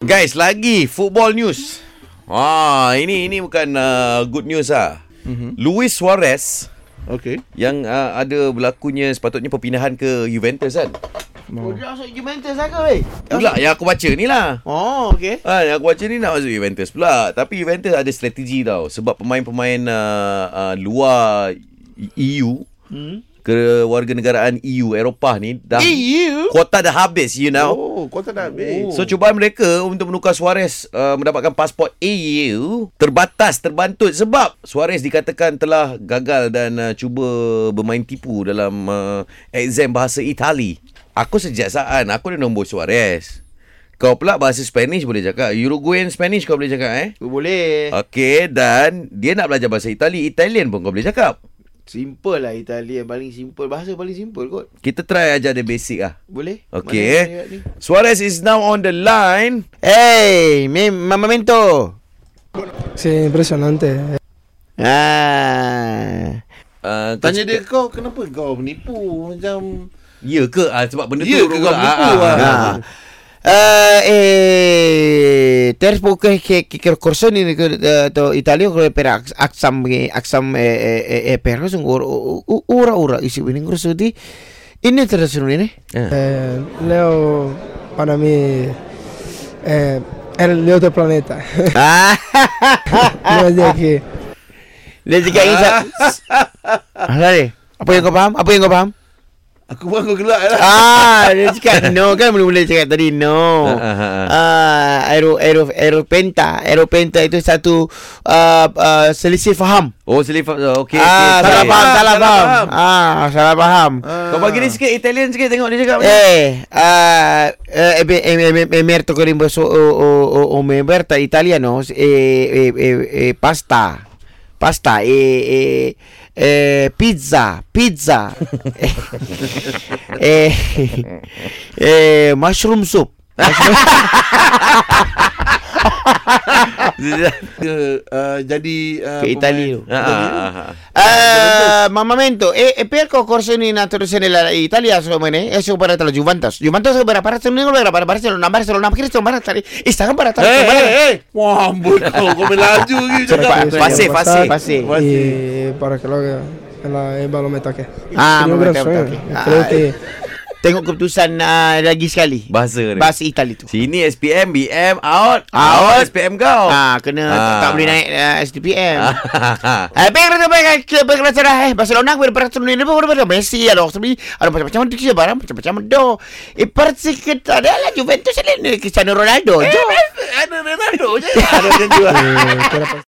Guys, lagi football news. Ah, ini ini bukan uh, good news ah. Mm-hmm. Luis Suarez Okay. yang uh, ada berlakunya sepatutnya perpindahan ke Juventus kan. Mau. Oh, dia masuk Juventus lah ke weh? Pula yang aku baca ni lah. Oh, okey. Ha, yang aku baca ni nak masuk Juventus pula. Tapi Juventus ada strategi tau. Sebab pemain-pemain uh, uh, luar EU, Hmm. ke warga negaraan EU, Eropah ni dah EU. kuota dah habis, you know. Oh, kau tak nak habis. So cubaan mereka untuk menukar Suarez uh, mendapatkan pasport EU terbatas terbantut sebab Suarez dikatakan telah gagal dan uh, cuba bermain tipu dalam uh, exam bahasa Itali. Aku sejaksaan, aku ada nombor Suarez. Kau pula bahasa Spanish boleh cakap. Uruguayan Spanish kau boleh cakap eh. Boleh. Okey dan dia nak belajar bahasa Itali, Italian pun kau boleh cakap. Simple lah Italian paling simple. Bahasa paling simple kot. Kita try ajar dia basic ah. Boleh? Okey Mana eh. dia ni? Suarez is now on the line. Hey, mi mamamento. Sí, impresionante. Ha. Ah. Uh, Tanya dia kau kenapa kau menipu macam Ya ke? Ah, sebab benda Ya tu ke urut kau pula. menipu, Ah, ah? ah. Ah. Uh, eh, tres buques que, que, que corson ini ke eh, to Italia kalau per aksam eh, aksam eh eh eh, eh per corson ura ura isi ini corson di ini terus ini Eh, Leo, para mí, eh, el Leo del planeta. ah no es de aquí. dia cakap ini ah ni apa yang kau faham apa yang kau faham aku buat kau gelak lah. ah dia cakap no kan mula-mula cakap tadi no Ah, ah, ah. ah aero aero aeropenta aeropenta itu satu uh, uh, selisih faham Oh, selip. Oh, okay, ah, okay, salah okay. faham, salah Salah faham. faham. Ah, salah faham. Kau bagi dia sikit Italian sikit tengok dia cakap. macam- Eh, ah, eh, eh, eh, eh, eh, merto con inverso o o o o me berta italianos eh eh eh eh, pasta. Pasta eh eh eh pizza, pizza. eh eh mushroom soup. Dia uh, jadi uh, Ke Itali tu. Ah, ah, ah, ah. Ah, mamamento, eh, eh, perco corso in naturaleza en la Italia, eso mene, eso para la Juventus. Juventus que para para no para para Barcelona, Barcelona, Cristo, para estar, están para estar. Hey, hey, hey. Wah, ambul kau. Kau melaju lagi Pa- cakap. Eso, pase, ya, pase. Pase. Y para que lo haga, en la- el balón me toque. Ah, Sería un me gran toque, sueño. toque. Creo Ah, que Tengok keputusan ah, lagi sekali. Bahasa dia. Bahasa Itali tu. Sini SPM, BM, out. Out. SPM kau. Ah, kena tak, Ah. tak boleh naik ah, SDPM. Ah, Eh, baik kata baik baik kata dah eh Barcelona aku berapa tahun ini berapa berapa Messi ada orang sini ada macam-macam tu kita barang macam-macam do. Eh persi kita ada lah Juventus ni Cristiano Ronaldo. Jo. Ada Ronaldo je. eh, quiera pasar.